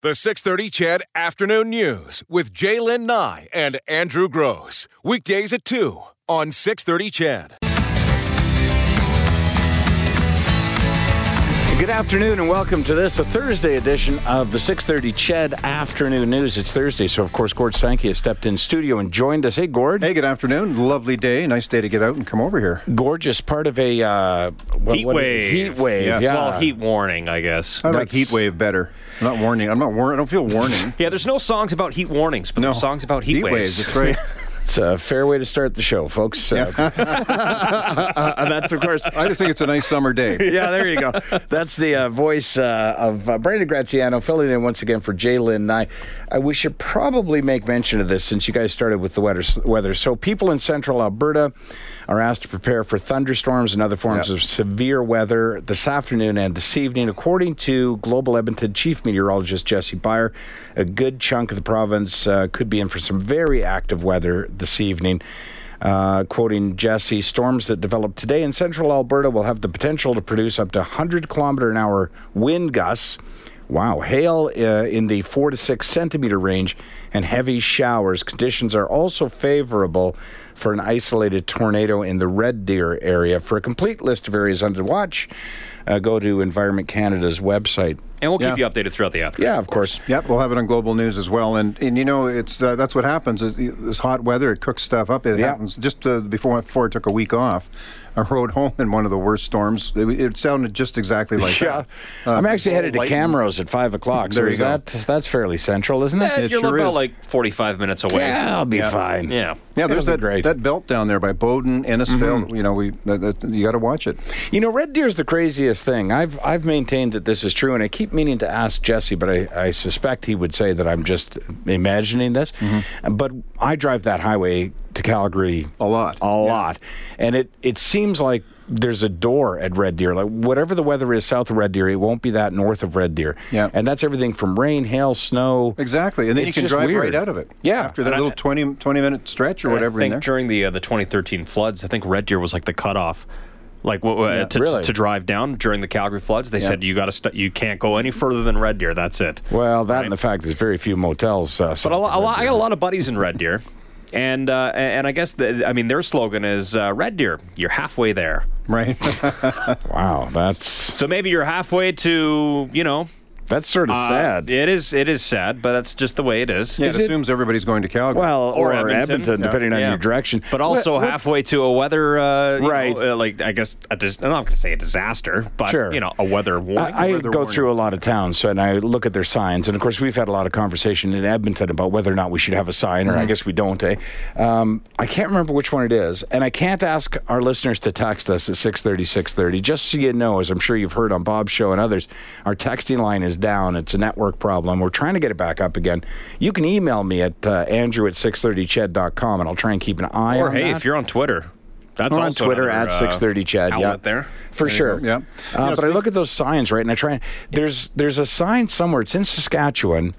The 630 Chad Afternoon News with Jaylen Nye and Andrew Gross. Weekdays at 2 on 630 Chad. Good afternoon and welcome to this, a Thursday edition of the 6:30 Ched Afternoon News. It's Thursday, so of course Gord Sankey has stepped in studio and joined us. Hey, Gord. Hey, good afternoon. Lovely day. Nice day to get out and come over here. Gorgeous, part of a uh, what- heat what- wave. Heat wave. Yes. Yeah. Well, heat warning, I guess. Oh, I like heat wave better. I'm not warning. I'm not warning. I don't feel warning. Yeah, there's no songs about heat warnings, but No there's songs about heat, waves. That's right. It's a fair way to start the show, folks. Uh, and that's of course. I just think it's a nice summer day. Yeah, there you go. That's the uh, voice uh, of uh, Brandon Graziano filling in once again for Jaylen and I. I we should probably make mention of this since you guys started with the weather. weather. So people in central Alberta are asked to prepare for thunderstorms and other forms Yeah. of severe weather this afternoon and this evening. According to Global Edmonton Chief Meteorologist Jesse Byer, a good chunk of the province uh, could be in for some very active weather this evening. Uh, quoting Jesse, storms that develop today in central Alberta will have the potential to produce up to 100 kilometer an hour wind gusts. Wow, hail uh, in the four to six centimeter range and heavy showers. Conditions are also favorable for an isolated tornado in the Red Deer area. For a complete list of areas under watch, uh, go to Environment Canada's website. And we'll Yeah. keep you updated throughout the afternoon. Yeah, of course. Yep, we'll have it on global news as well. And and you know, it's uh, that's what happens. Is this hot weather it cooks stuff up. It Yeah. happens just uh, before before I took a week off. I rode home in one of the worst storms. It, it sounded just exactly like Yeah. that. Uh, I'm actually headed to lightning. Camrose at 5 o'clock, so There you is go. that, that's fairly central, isn't it? Eh, It you're sure about is. like 45 minutes away. Yeah, I'll be fine. Yeah. Yeah, That'll there's that be great. that belt down there by Bowden, Ennisfield. You know, we that, that, you got to watch it. You know, Red Deer's the craziest thing. I've I've maintained that this is true, and I keep meaning to ask Jesse, but I, I suspect he would say that I'm just imagining this. Mm-hmm. But I drive that highway to Calgary A lot. a lot, and it it seems like there's a door at Red Deer. Like whatever the weather is south of Red Deer, it won't be that north of Red Deer. Yeah. and that's everything from rain, hail, snow. Exactly. And then It's you can just drive weird. right out of it. Yeah. After that And I- little 20, 20 minute stretch or whatever I in think there. during the uh, the 2013 floods, I think Red Deer was like the cutoff. Like what, uh, to, really. to drive down during the Calgary floods, they said you got to st- you can't go any further than Red Deer. That's it. Well, that and the fact there's very few motels. Uh, But a lot, a lot, I got a lot of buddies in Red Deer, and uh, and I guess the, I mean their slogan is uh, Red Deer, you're halfway there. right. Wow, that's So maybe you're halfway to you know that's sort of Uh, sad. It is. It is sad, but that's just the way it is. Yeah, Is it it- assumes everybody's going to Calgary. Well, or, Or Edmonton, Edmonton. depending on Yeah. your direction. But also What- what- halfway to a weather, uh, you Right. know, uh, like I guess a dis- I'm not going to say a disaster, but Sure. you know, a weather warning. I, I weather go warning. through a lot of towns and I look at their signs. And of course, we've had a lot of conversation in Edmonton about whether or not we should have a sign, or Mm-hmm. I guess we don't. Eh? Um, I can't remember which one it is, and I can't ask our listeners to text us at 630, 630. Just so you know, as I'm sure you've heard on Bob's show and others, our texting line is down. It's a network problem. We're trying to get it back up again. You can email me at uh, Andrew at 630ched.com, and I'll try and keep an eye or on hey, that. if you're on Twitter, that's We're on also Twitter another, at uh, 6:30 Chad. Outlet yeah, there. for sure. go, yeah. Uh, You know, but I speak- look at those signs right, and I try. and- There's there's a sign somewhere. It's in Saskatchewan,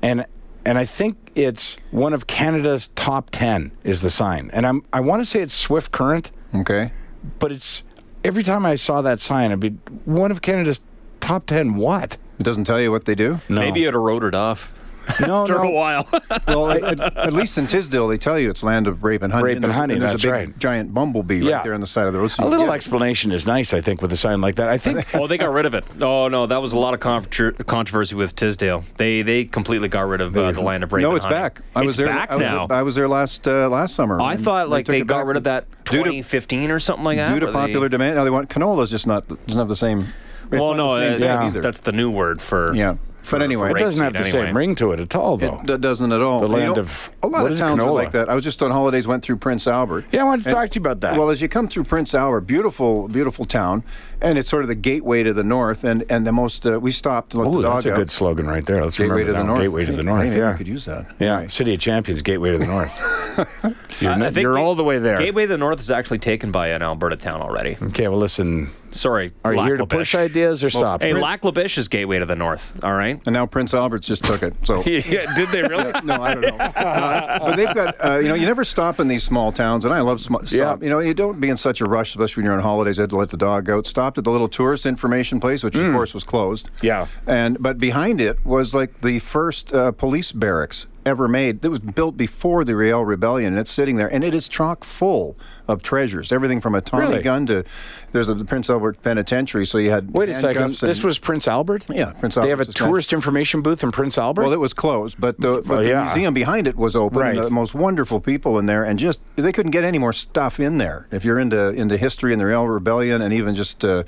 and and I think it's one of Canada's top ten is the sign. And I'm I want to say it's Swift Current, okay. but it's every time I saw that sign, I'd be one of Canada's top ten. What? It doesn't tell you what they do. No. Maybe it eroded off No, after no. a while. Well, at, at least in Tisdale, they tell you it's land of rape and hunting. Rape and there's- hunting, There's that's a big right. giant bumblebee Yeah. right there on the side of the road. So A you little get- explanation is nice, I think, with a sign like that. I think oh, they got rid of it. Oh no, that was a lot of contr- controversy with Tisdale. They they completely got rid of uh, the land of rape. No, and it's honey. back. I was It's there. back I was, now. I was there last uh, last summer. I and thought like took they it got back rid of that due to- 2015 or something like that. due to where they- popular demand. Now they want canola. Is just not doesn't have the same. it's Well, not no, the same uh, thing that's, either. that's the new word for Yeah. for- But anyway, for it doesn't rapeseed have the same anyway. ring to it at all, though. It d- doesn't at all. The You land know, of- a lot what of is towns are canola? like that. I was just on holidays, went through Prince Albert. Yeah, I wanted to talk to you about that. Well, as you come through Prince Albert, beautiful, beautiful town, and it's sort of the gateway to the north. And and the most uh, we stopped to let Ooh, the dog that's a out. good slogan right there. Let's Gateway remember to the that one. north. Gateway to Hey, the north. hey, maybe yeah, we could use that. Yeah, Right. City of Champions, Gateway to the north. you're I not- think you're Ga- all the way there. Gateway to the North is actually taken by an Alberta town already. Okay, well, listen. Sorry. Are you here to Lac-La-Biche. push ideas or stop? Hey, Lac La Biche is gateway to the north. All right. And now Prince Albert's just took it. So yeah, did they really? no, I don't know. Uh, but they've got, uh, you know, you never stop in these small towns, and I love sm- stop. Yeah. You know, you don't be in such a rush, especially when you're on holidays. I had to let the dog out. Stopped at the little tourist information place, which of course was closed. Mm. Yeah. And but behind it was like the first uh, police barracks ever made. That was built before the Real Rebellion, and it's sitting there, and it is chock full of treasures. Everything from a Tommy Really? gun to there's a the Prince Albert Penitentiary. So you had Wait a second. handcuffs and- This was Prince Albert? Yeah, Prince They have a Albert's is kind- tourist information booth in Prince Albert? Oh, Well, it was closed, but the, but the yeah. museum behind it was open. Right. The most wonderful people in there, and just they couldn't get any more stuff in there. If you're into into history and the Real Rebellion, and even just. Uh,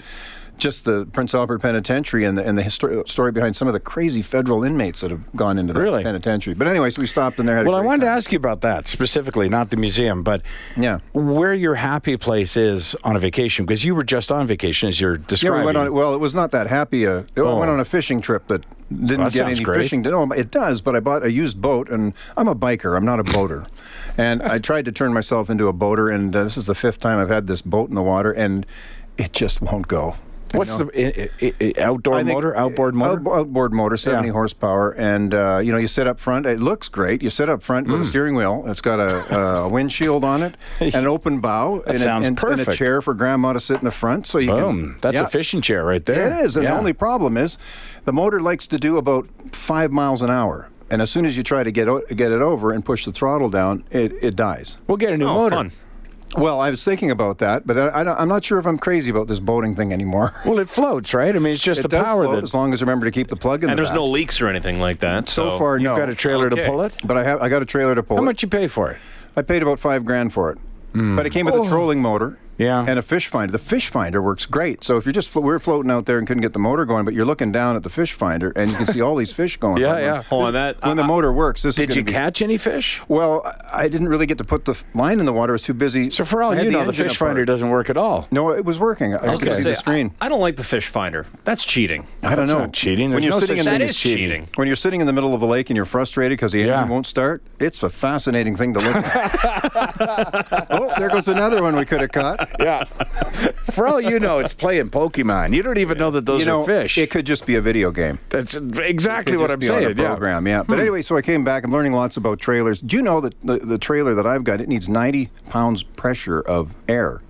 just the Prince Albert Penitentiary and the, and the histor- story behind some of the crazy federal inmates that have gone into the Really? penitentiary. But anyways, we stopped in there. Had a well, I great wanted to time. ask you about that specifically, not the museum, but Yeah. where your happy place is on a vacation, because you were just on vacation as you're Yeah, describing. we went on. Well, it was not that happy. Uh, I Oh. went on a fishing trip that Well, didn't that get sounds any great. fishing. No, it does. But I bought a used boat, and I'm a biker. I'm not a boater, and I tried to turn myself into a boater. And uh, this is the fifth time I've had this boat in the water, and it just won't go. What's the i- i- i- outdoor I think- motor, outboard motor? Out- outboard motor, 70 Yeah. horsepower, and uh, you know you sit up front. It looks great. You sit up front Hmm. with a steering wheel. It's got a, a windshield on it, an open bow, and, sounds a, and, and a perfect. chair for grandma to sit in the front. So you Boom. can. That's a Yeah. fishing chair right there. It is, and Yeah. the only problem is the motor likes to do about five miles an hour, and as soon as you try to get o- get it over and push the throttle down, it, it dies. We'll get a new Oh, motor. fun. Well, I was thinking about that, but I, I, am not sure if I'm crazy about this boating thing anymore. Well, it floats, right? I mean, it's just it the does power float that. as long as I remember to keep the plug in. And the there's back. no leaks or anything like that. So, so, far. You've no. got a trailer to Okay. pull it. but I have I got a trailer to pull. How it. much you pay for it? I paid about five grand for it, but it came with a trolling motor. Oh. Yeah. and a fish finder. The fish finder works great. So if you're just flo- we we're floating out there and couldn't get the motor going, but you're looking down at the fish finder and you can see all these fish going. Yeah, on. yeah. Hold on, that- when the I- I- motor works, this is Uh, Did gonna you be- catch any fish? Well, I- I didn't really get to put the f- line in the water. I was too busy. So for all I had you know, the engine fish apart. finder doesn't work at all. No, it was working. I, I was was could going see to say, the screen. I, I don't like the fish finder. That's cheating. I, don't That's know. not cheating. When There's you're no sitting in such the That thing as is cheating. when you're sitting in the middle of a lake and you're frustrated because the engine Yeah. won't start, it's a fascinating thing to look at. oh, there goes another one we could have caught. Yeah. For all you know, it's playing Pokemon. You don't even know that those you know, are fish. it could just be a video game. That's exactly Could what just I'm be on a saying. yeah. Hmm. program, yeah. But anyway, so I came back. I'm learning lots about trailers. Do you know that the, the trailer that I've got it needs 90 pounds pressure of air?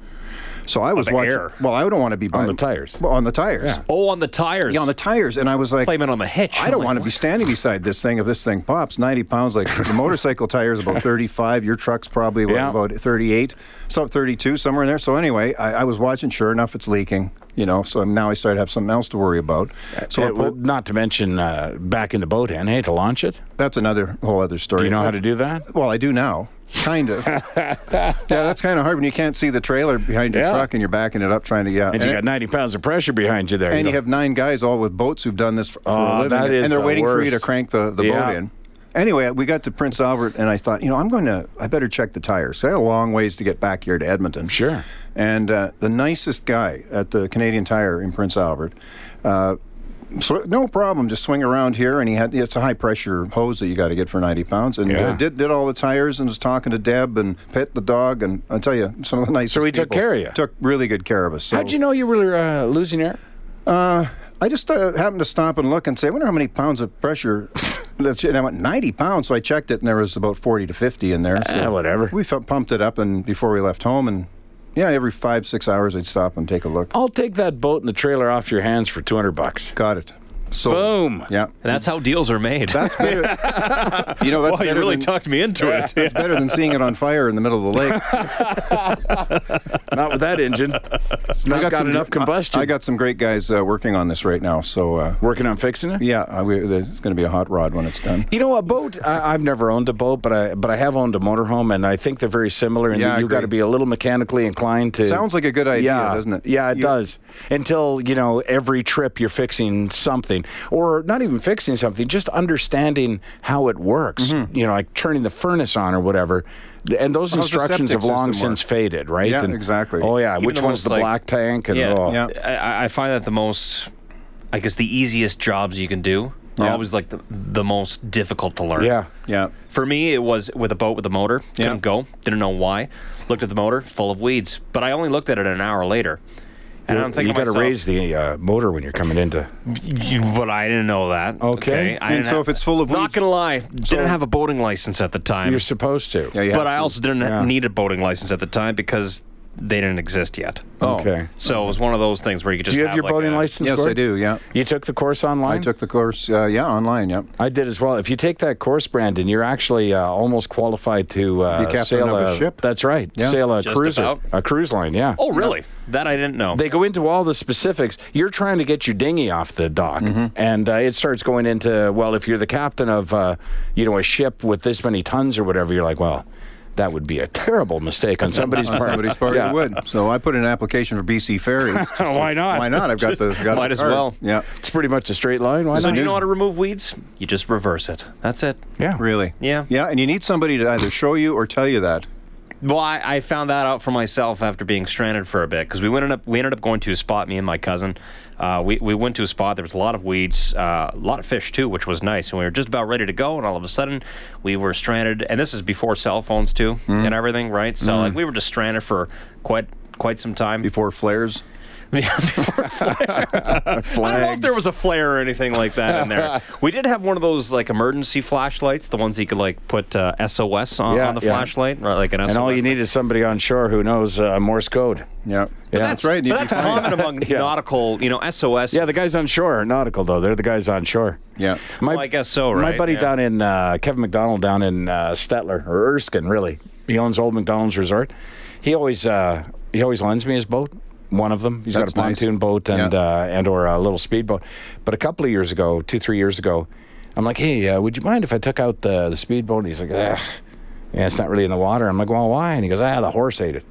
So I was Of watching. air? Well, I don't want to be On by- the tires. Well, on the tires. Oh, on the tires. Yeah, on the tires. And I was like, Blame it on the hitch. I I'm don't like, want to be standing beside this thing if this thing pops 90 pounds. Like the motorcycle tire is about 35. Your truck's probably what, Yeah. about 38, some 32, somewhere in there. So anyway, I, I was watching. Sure enough, it's leaking. You know, so now I started to have something else to worry about. So I It- well, put- not to mention uh, back in the boat hen, hey, to launch it. that's another whole other story. Do you know how That's- to do that? Well, I do now. Kind of. yeah, that's kind of hard when you can't see the trailer behind your Yeah. truck and you're backing it up trying to yeah. And you got 90 pounds of pressure behind you there. and you don't- have nine guys all with boats who've done this for, for Oh, a living, that is and they're the waiting for you to worst. crank the, the Yeah. boat in. Anyway, we got to Prince Albert, and I thought, you know, I'm going to, I better check the tires. I had a long ways to get back here to Edmonton. Sure. And uh, the nicest guy at the Canadian Tire in Prince Albert, uh, so no problem, just swing around here, and he had it's a high pressure hose that you got to get for 90 pounds, and Yeah. uh, did did all the tires, and was talking to Deb and Pet the dog, and I tell you, some of the nicest. he took people care of you? Took really good care of us. So. How'd you know you were uh, losing air? Uh, I just uh, happened to stop and look and say, I wonder how many pounds of pressure. That's and I went 90 pounds, so I checked it, and there was about 40 to 50 in there. So Eh, whatever. We f- pumped it up, and before we left home, and yeah, every five six hours I'd stop and take a look. I'll take that boat and the trailer off your hands for 200 bucks. Got it. So Boom. yeah, And that's how deals are made. that's better. you know, that's Wow, you better really than, talked me into it. It's better than seeing it on fire in the middle of the lake. Not with that engine. It's not got, enough combustion. I, got some great guys uh, working on this right now. So uh, working on fixing it. yeah, I, we, it's going to be a hot rod when it's done. You know, a boat. I, I've never owned a boat, but I but I have owned a motorhome, and I think they're very similar. And Yeah, I you got to agree. be a little mechanically inclined to. Sounds like a good idea, yeah, doesn't it? Yeah, it You- does. Until you know, every trip you're fixing something, or not even fixing something, just understanding how it works. You know, like turning the furnace on or whatever. Th- And those How's Mm-hmm. Oh, the instructions septic have long system work? since faded, right? Yeah, And- exactly. Oh yeah, Even which the one's most, the like- black tank and oh. Yeah. I, I find that the most, I guess, the easiest jobs you can do are Yeah. always like the, the most difficult to learn. Yeah. Yeah. For me, it was with a boat with a motor. Couldn't Yeah. go. Didn't know why. Looked at the motor, full of weeds. But I only looked at it an hour later. And I'm you thinking to got to myself, raise the uh, motor when you're coming into. You- but I didn't know that. Okay. I And didn't so have- if it's full of not weeds- gonna lie, didn't have a boating license at the time. You're supposed to. Yeah, you have but I to- also didn't need a boating license at the time because they didn't exist yet. Oh. Okay. So it was one of those things where you could just. Do you have your like boating a- license? Yes, Gord? I do. Yeah, You took the course online. I took the course. Uh, yeah, online. Yeah. I did as well. If you take that course, Brandon, you're actually uh, almost qualified to Be uh, captain sail of a ship? That's right. Yeah. Sail a Just cruiser, about. a cruise line. Yeah. Oh, really? That I didn't know. They go into all the specifics. You're trying to get your dinghy off the dock, and uh, it starts going into well, if you're the captain of uh, you know a ship with this many tons or whatever, you're like, well, that would be a terrible mistake on somebody's On part. somebody's part, Yeah. it would. So I put in an application for BC Ferries. Why not? Why not? I've got the. Got might the as card. well. Yeah. It's pretty much a straight line. Why so not? you know how to remove weeds? You just reverse it. That's it. yeah. Really? Yeah. Yeah, and you need somebody to either show you or tell you that. Well, I, I found that out for myself after being stranded for a bit because we went up we ended up going to a spot. Me and my cousin, uh, we we went to a spot. There was a lot of weeds, uh, a lot of fish too, which was nice. And we were just about ready to go, and all of a sudden we were stranded. And this is before cell phones too Mm. and everything, right? So like we were just stranded for quite quite some time. Before flares. Yeah, before a flare. I don't know if there was a flare or anything like that in there. We did have one of those like emergency flashlights, the ones you could like put uh, SOS on, Yeah, on the yeah. flashlight, right? Like an SOS. And all you thing. need is somebody on shore who knows uh, Morse code. Yeah. Yeah. That's right. and But you'd that's be fine. common among nautical, you know, SOS. Yeah, the guys on shore are nautical though. They're the guys on shore. Yeah. My, Well, I guess so, My right? buddy Yeah. down in uh, Kevin McDonald down in uh, Stettler or Erskine, really. He owns Old McDonald's Resort. He always uh, he always lends me his boat. One of them. He's That's got a nice. pontoon boat and Yeah. uh, and or a little speedboat. But a couple of years ago, two three years ago, I'm like, hey, uh, would you mind if I took out the the speedboat? And he's like, Ugh. yeah, it's not really in the water. I'm like, well, why? And he goes, ah, the horse ate it.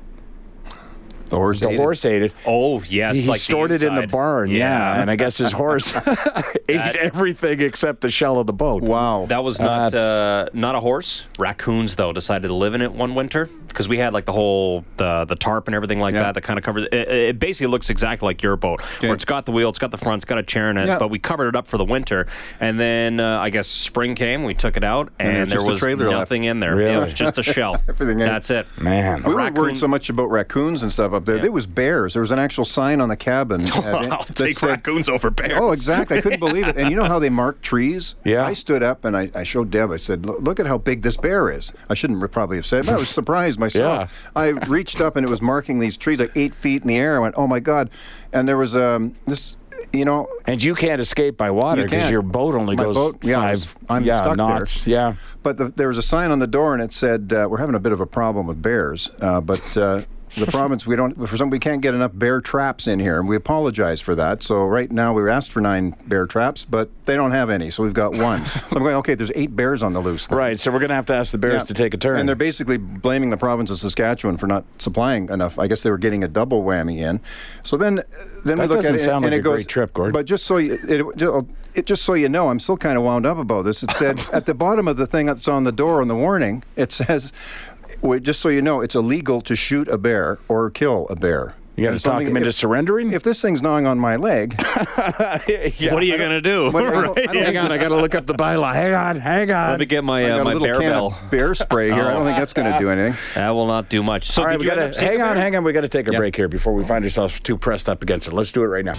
The horse. The ate it. horse ate it. Oh yes, He, he like the stored it in the inside. barn, yeah. and I guess his horse ate everything except the shell of the boat. Wow. That was not That's- uh, not a horse. Raccoons though decided to live in it one winter because we had like the whole the the tarp and everything like Yeah. that that kind of covers it. It basically looks exactly like your boat Okay. where it's got the wheel, it's got the front, it's got a chair in it, Yeah. but we covered it up for the winter. And then uh, I guess spring came, we took it out, and, there was there just a was trailer left. nothing in there. It Really? was just a shell. Everything in. That's it. Man. A We weren't raccoon- worried so much about raccoons and stuff up there. There was bears. There was an actual sign on the cabin. uh, I'll that take said- raccoons over bears. Oh, exactly. I couldn't believe it. And you know how they mark trees? Yeah. I stood up and I, I showed Deb. I said, "Look look at how big this bear is." I shouldn't re- probably have said, it, but I was surprised myself. Yeah. I reached up and it was marking these trees like eight feet in the air. I went, "Oh my god!" And there was um, this, you know, And you can't escape by water You because can't. your boat only My goes boat- yeah, I was- five I'm yeah, stuck there. knots. Yeah. But the, there was a sign on the door, and it said, uh, "We're having a bit of a problem with bears, uh, but uh, the problem is we don't for some we can't get enough bear traps in here, and we apologize for that. So right now we were asked for nine bear traps, but they don't have any, so we've got one. so I'm going, okay, there's eight bears on the loose. then." Right. So we're going to have to ask the bears Yeah. to take a turn. And they're basically blaming the province of Saskatchewan for not supplying enough. I guess they were getting a double whammy in. So then, then That we look doesn't at it sound and like it a great goes. trip, Gord. But just so you, it, it, it- just so you know, I'm still kind of wound up about this. It said at the bottom of the thing that's on the door on the warning, it says. "Wait, Just so you know, it's illegal to shoot a bear or kill a bear. you got to If talk something- them into if- surrendering? If this thing's gnawing on my leg, What are you gonna do? What- I don't- I don't Right? think hang on. I got to look up the bylaw. Hang on. Hang on. Let me get my I uh, got my a little bear can bell. of bear spray here. I don't think that's going to do anything. That will not do much. So All right, did we you got end to up seeing hang the on, bear? hang on. We got to take a Yeah. break here before we find ourselves too pressed up against it. Let's do it right now.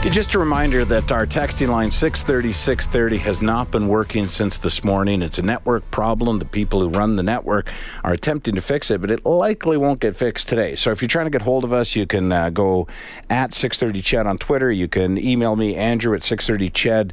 Okay, Just a reminder that our texting line 630 630 has not been working since this morning. It's a network problem. The people who run the network are attempting to fix it, but it likely won't get fixed today. So if you're trying to get hold of us, you can uh, go at 630 Chad on Twitter. You can email me, Andrew at 630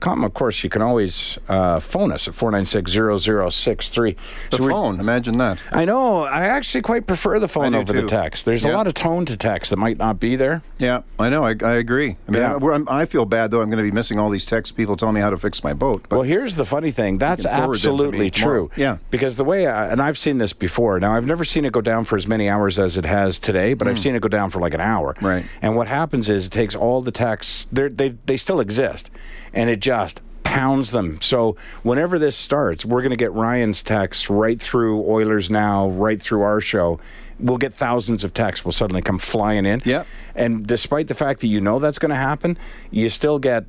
com. Of course, you can always uh, phone us at 496 0063. The phone, imagine that. I know. I actually quite prefer the phone do over the too. text. There's a Yeah. lot of tone to text that might not be there. Yeah, I know. I, I agree. I mean, Yeah. I, we're, I'm, I feel bad though. I'm going to be missing all these texts. People telling me how to fix my boat. But Well, here's the funny thing. That's can forward them to me absolutely tomorrow. true. Yeah. Because the way, I, and I've seen this before. Now, I've never seen it go down for as many hours as it has today, but I've seen it go down for like an hour. Mm. Right. And what happens is it takes all the texts, they're- they, they still exist, and it just pounds them. So whenever this starts, we're going to get Ryan's texts right through Oilers Now, right through our show. We'll get thousands of texts will suddenly come flying in. Yeah. And despite the fact that you know that's going to happen, you still get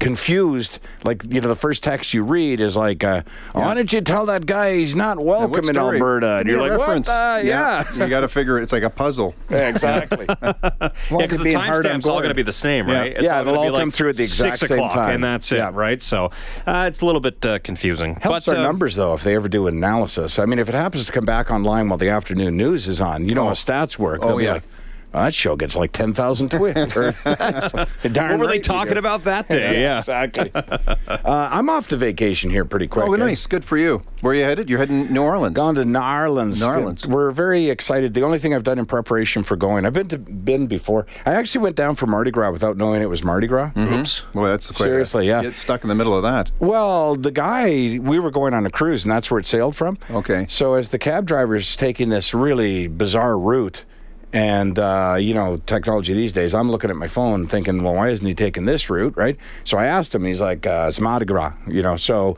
confused. Like you know, the first text you read is like, uh, "Why don't you tell that guy he's not welcome in story? Alberta?" Give And me you're a like, reference. "What? the- yeah." you got to figure it. It's like a puzzle. Yeah, exactly. Yeah, because the timestamp's all going to be the same, right? Yeah. It's Yeah, all it'll gonna be all come through at the exact six same o'clock, time. and that's it, Yeah. right? So uh, it's a little bit uh, confusing. Helps but, our uh, numbers though if they ever do analysis. I mean, if it happens to come back online while the afternoon news is on, you know how stats work. They'll be yeah. like, "Oh, that show gets like ten thousand tweets. Or- Darn What were they right you talking do. about that day? yeah. exactly. uh, I'm off to vacation here pretty quick. Oh, eh? nice. Good for you. Where are you headed? You're heading New Orleans. Gone to New Orleans. New Orleans. We're very excited. The only thing I've done in preparation for going, I've been to been before. I actually went down for Mardi Gras without knowing it was Mardi Gras. Mm-hmm. Oops. Hmm? Boy, that's quite Seriously, yeah. Get stuck in the middle of that. Well, the guy, we were going on a cruise, and that's where it sailed from. Okay. So as the cab driver's taking this really bizarre route, and uh, you know technology these days, I'm looking at my phone thinking, well, why isn't he taking this route, right? So I asked him, and he's like, uh, it's Mardi Gras, you know. So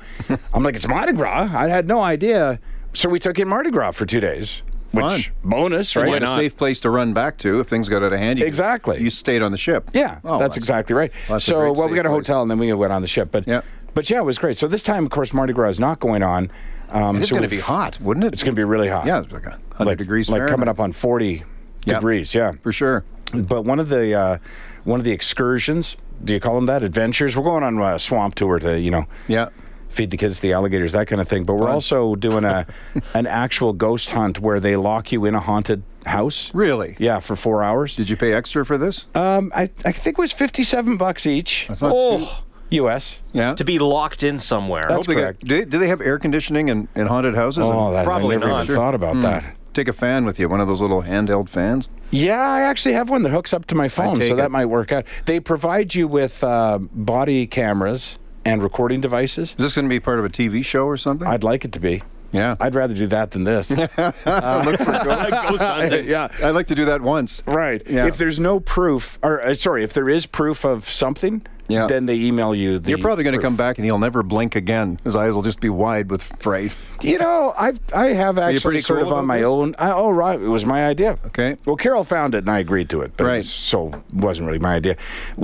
I'm like, it's Mardi Gras. I had no idea. So we took in Mardi Gras for two days, which bonus, right? You had a safe place to run back to if things got out of hand. You could- Exactly. You stayed on the ship. Yeah, Oh, that's, exactly right. that's a so, great well, we safe got a place. hotel and then we went on the ship. But Yeah. but yeah, it was great. So this time, of course, Mardi Gras is not going on. Um, It's so going to we've- be hot, wouldn't it? It's going to be really hot. Yeah, it's like 100 like, degrees like coming Fahrenheit. up on forty Yeah. degrees. Yeah, For sure. but one of the uh, one of the excursions. Do you call them that? Adventures. We're going on a swamp tour to you know Yeah. feed the kids to the alligators, that kind of thing. But we're also doing a an actual ghost hunt where they lock you in a haunted house. Really? Yeah, for four hours. Did you pay extra for this? Um, I I think it was fifty seven bucks each. That's not cheap. Oh, U.S. Yeah. to be locked in somewhere. That's Hope they got- correct. do, they, do they have air conditioning in, in haunted houses? Oh, And- that, Probably I never not. even Sure. thought about Hmm. that. Take a fan with you, one of those little handheld fans. Yeah, I actually have one that hooks up to my phone, take so that it. might work out. They provide you with uh, body cameras and recording devices. Is this going to be part of a TV show or something? I'd like it to be. yeah. I'd rather do that than this. look for ghosts. Ghost hunting. uh, yeah. I'd like to do that once. Right. Yeah. If there's no proof, or uh, sorry, if there is proof of something, Yeah. then they email you the. You're probably going to proof. come back and he'll never blink again. His eyes will just be wide with fright. You know, I've I have actually pretty sort cool of on about my this? own. I, oh, right, it was my idea. Okay. Well, Carol found it, and I agreed to it. But it Right. was- so it wasn't really my idea.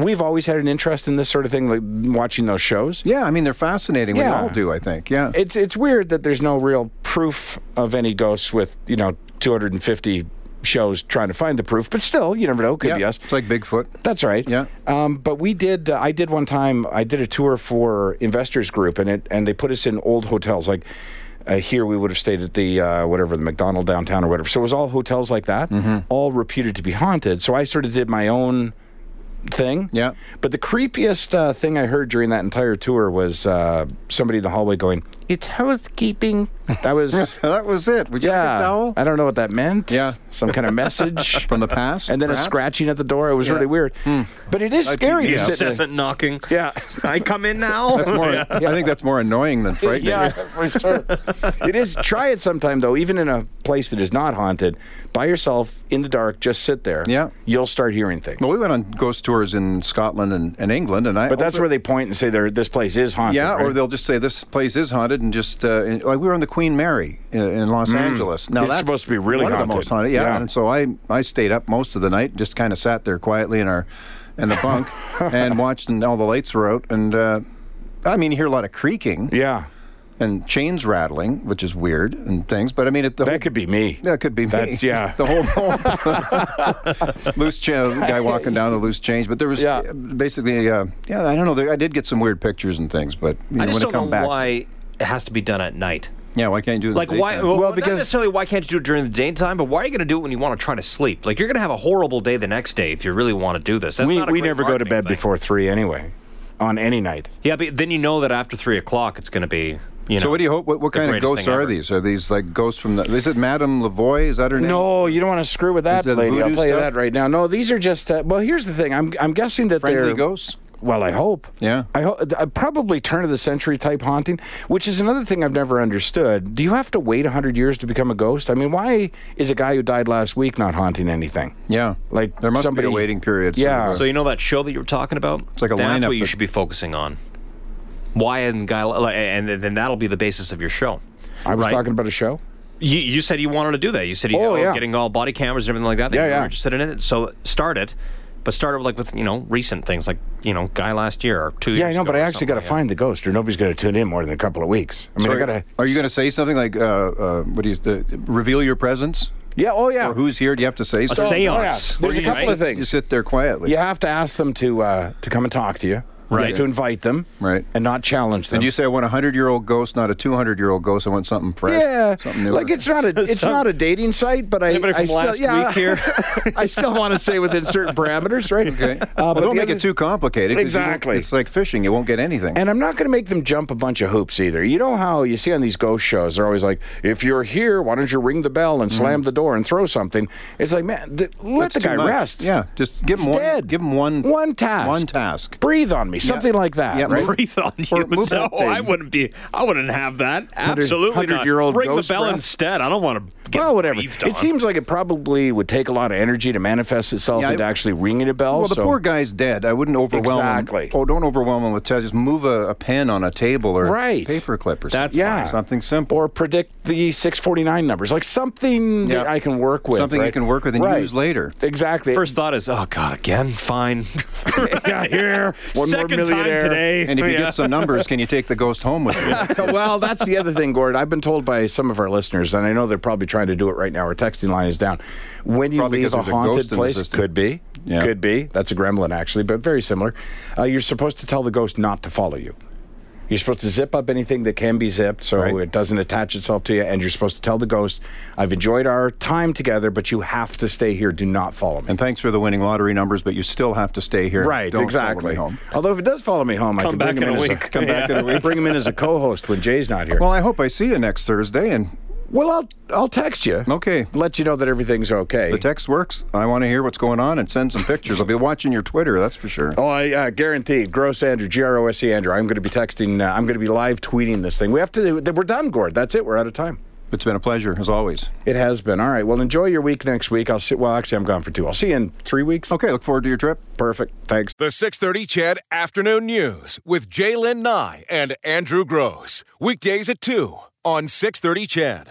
We've always had an interest in this sort of thing, like watching those shows. Yeah, I mean, they're fascinating. We Yeah. all do, I think. Yeah. It's it's weird that there's no real proof of any ghosts with you know 250 shows trying to find the proof. But still, you never know. Could yeah. be us. It's like Bigfoot. That's right. Yeah. Um, but we did. Uh, I did one time. I did a tour for investors group, and it and they put us in old hotels. Like uh, here, we would have stayed at the uh, whatever the McDonald downtown or whatever. So it was all hotels like that, Mm-hmm. all reputed to be haunted. So I sort of did my own thing. Yeah. But the creepiest uh, thing I heard during that entire tour was uh, somebody in the hallway going, "It's housekeeping." That was. That was it. Would you like a Yeah, towel? I don't know what that meant. Yeah. some kind of message From the past? and then perhaps? a scratching at the door. It was really weird, but it is scary. Hmm. The to sit in a- incessant knocking. yeah, I come in now. That's more, I think that's more annoying than frightening. yeah, for sure. It is. Try it sometime though, even in a place that is not haunted, by yourself in the dark. Just sit there. Yeah. you'll start hearing things. Well, we went on ghost tours in Scotland and, and England, and I. but that's where they point and say, "There, this place is haunted." Yeah, or right? they'll just say this place is haunted, and just uh, in, like we were on the Queen Mary in, in Los Angeles. Now Mm. It's that's supposed to be really one of haunted. the most haunted. Yeah. Yeah. and so I I stayed up most of the night, just kind of sat there quietly in our in the bunk and watched, and all the lights were out, and uh, I mean, you hear a lot of creaking yeah, and chains rattling, which is weird and things. But I mean, it, the whole- that could be me. that could be me. That's- yeah. the whole, whole- loose cha- guy walking down a loose change. But there was Yeah. uh, basically, uh, yeah, I don't know. There- I did get some weird pictures and things, but you know, I just when don't it come know back, why it has to be done at night. yeah, why can't you do it? in Like the why? daytime? Well, not because- necessarily why can't you do it during the daytime? But why are you going to do it when you want to try to sleep? Like you're going to have a horrible day the next day if you really want to do this. That's we not a we great never go to marketing bed thing. before three anyway, on any night. Yeah, but then you know that after three o'clock it's going to be. You know, So what do you hope? What, what the kind of greatest ghosts thing are ever. these? Are these like ghosts from the? Is it Madame Lavoy? Is that her name? No, you don't want to screw with that Is that lady. I'll voodoo tell you stuff? that right now. No, these are just. Uh, well, here's the thing. I'm I'm guessing that friendly they're ghosts. Well, I hope. Yeah. I hope uh, probably turn of the century type haunting, which is another thing I've never understood. Do you have to wait 100 years to become a ghost? I mean, why is a guy who died last week not haunting anything? Yeah, Like there must somebody- be a waiting period. Yeah. somewhere. So you know that show that you were talking about? It's like a That's lineup what you that- should be focusing on. Why isn't guy? like, And then that'll be the basis of your show. I was Right. talking about a show. You, you said you wanted to do that. You said you Oh, oh, yeah. getting all body cameras and everything like that. that Yeah, you were yeah. Interested in it. So start it, But started with, like with you know recent things like you know guy last year or two. Yeah, I years know, ago but I or actually got something, to yeah. find the ghost, or nobody's going to tune in more than a couple of weeks. I mean, So I are- got to. Are you going to say something like, uh, uh, what do you, the, reveal your presence? Yeah. Oh, Uh, yeah. Or who's here? Do you have to say something? Oh, seance. yeah. What There's do a you couple think? of You things. sit there quietly. You have to ask them to uh, to come and talk to you. You Right. have to invite them. Right. And not challenge them. And you say, I want a 100 year old ghost, not a 200 year old ghost. I want something fresh. yeah, Something new. like it's not a it's Some- not a dating site, but I Anybody from I still, last yeah, week here? I still want to stay within certain parameters, right? Okay. Uh, Well, but don't the make other- it too complicated. 'cause you won't- Exactly. It's like fishing. You won't get anything. And I'm not going to make them jump a bunch of hoops either. You know how you see on these ghost shows, they're always like, if you're here, why don't you ring the bell and slam the door and throw something? It's like, man, th- let Mm. That's the too guy much. rest. Yeah. Just give He's him one. dead. Give him one. One task. One task. Breathe on me, something like that. Yeah, right? breathe. breathe on you. Or move No, that thing. I wouldn't be. I wouldn't have that. Absolutely not. 100-year-old Ring the ghost bell breath. instead. I don't want to. Get Well, whatever. breathed on. It seems like it probably would take a lot of energy to manifest itself Yeah, into I- actually ringing a bell. Well, the so- poor guy's dead. I wouldn't overwhelm Exactly. him. Oh, don't overwhelm him with tests. Just move a, a pen on a table or Right. paper clip or That's something. yeah. Something simple. Or predict the 649 numbers, like something that Yeah. I can work with. Something you right? can work with and Right. use later. Exactly. First thought is, oh god, again. Fine. yeah, here. One Second more time millionaire. today. And if you Yeah. get some numbers, can you take the ghost home with you? well, that's the other thing, Gord. I've been told by some of our listeners, and I know they're probably trying to do it right now. Our texting line is down. When you Probably leave 'cause a there's a haunted ghost in the place, system. could be, Yeah. could be. That's a gremlin, actually, but very similar. Uh, you're supposed to tell the ghost not to follow you. You're supposed to zip up anything that can be zipped so Right. it doesn't attach itself to you. And you're supposed to tell the ghost, I've enjoyed our time together, but you have to stay here. Do not follow me. And thanks for the winning lottery numbers, but you still have to stay here. Right, Don't follow me exactly. home. Although if it does follow me home, I Come can back bring him in a as week. come back in a week. Bring him in as a co-host when Jay's not here. Well, I hope I see you next Thursday, and Well, I'll I'll text you. Okay. Let you know that everything's okay. the text works. I want to hear what's going on and send some pictures. I'll be watching your Twitter, that's for sure. Oh, I uh, guaranteed. Gross Andrew, G R O S E Andrew. I'm going to be texting. Uh, I'm going to be live tweeting this thing. We have to. do- We're done, Gord. That's it. We're out of time. It's been a pleasure, as always. It has been. All right. Well, enjoy your week next week. I'll see. Well, actually, I'm gone for two. I'll see you in three weeks. Okay, look forward to your trip. Perfect. Thanks. The 630 Chad Afternoon News with Jaylen Nye and Andrew Gross. Weekdays at 2 on 630 Chad.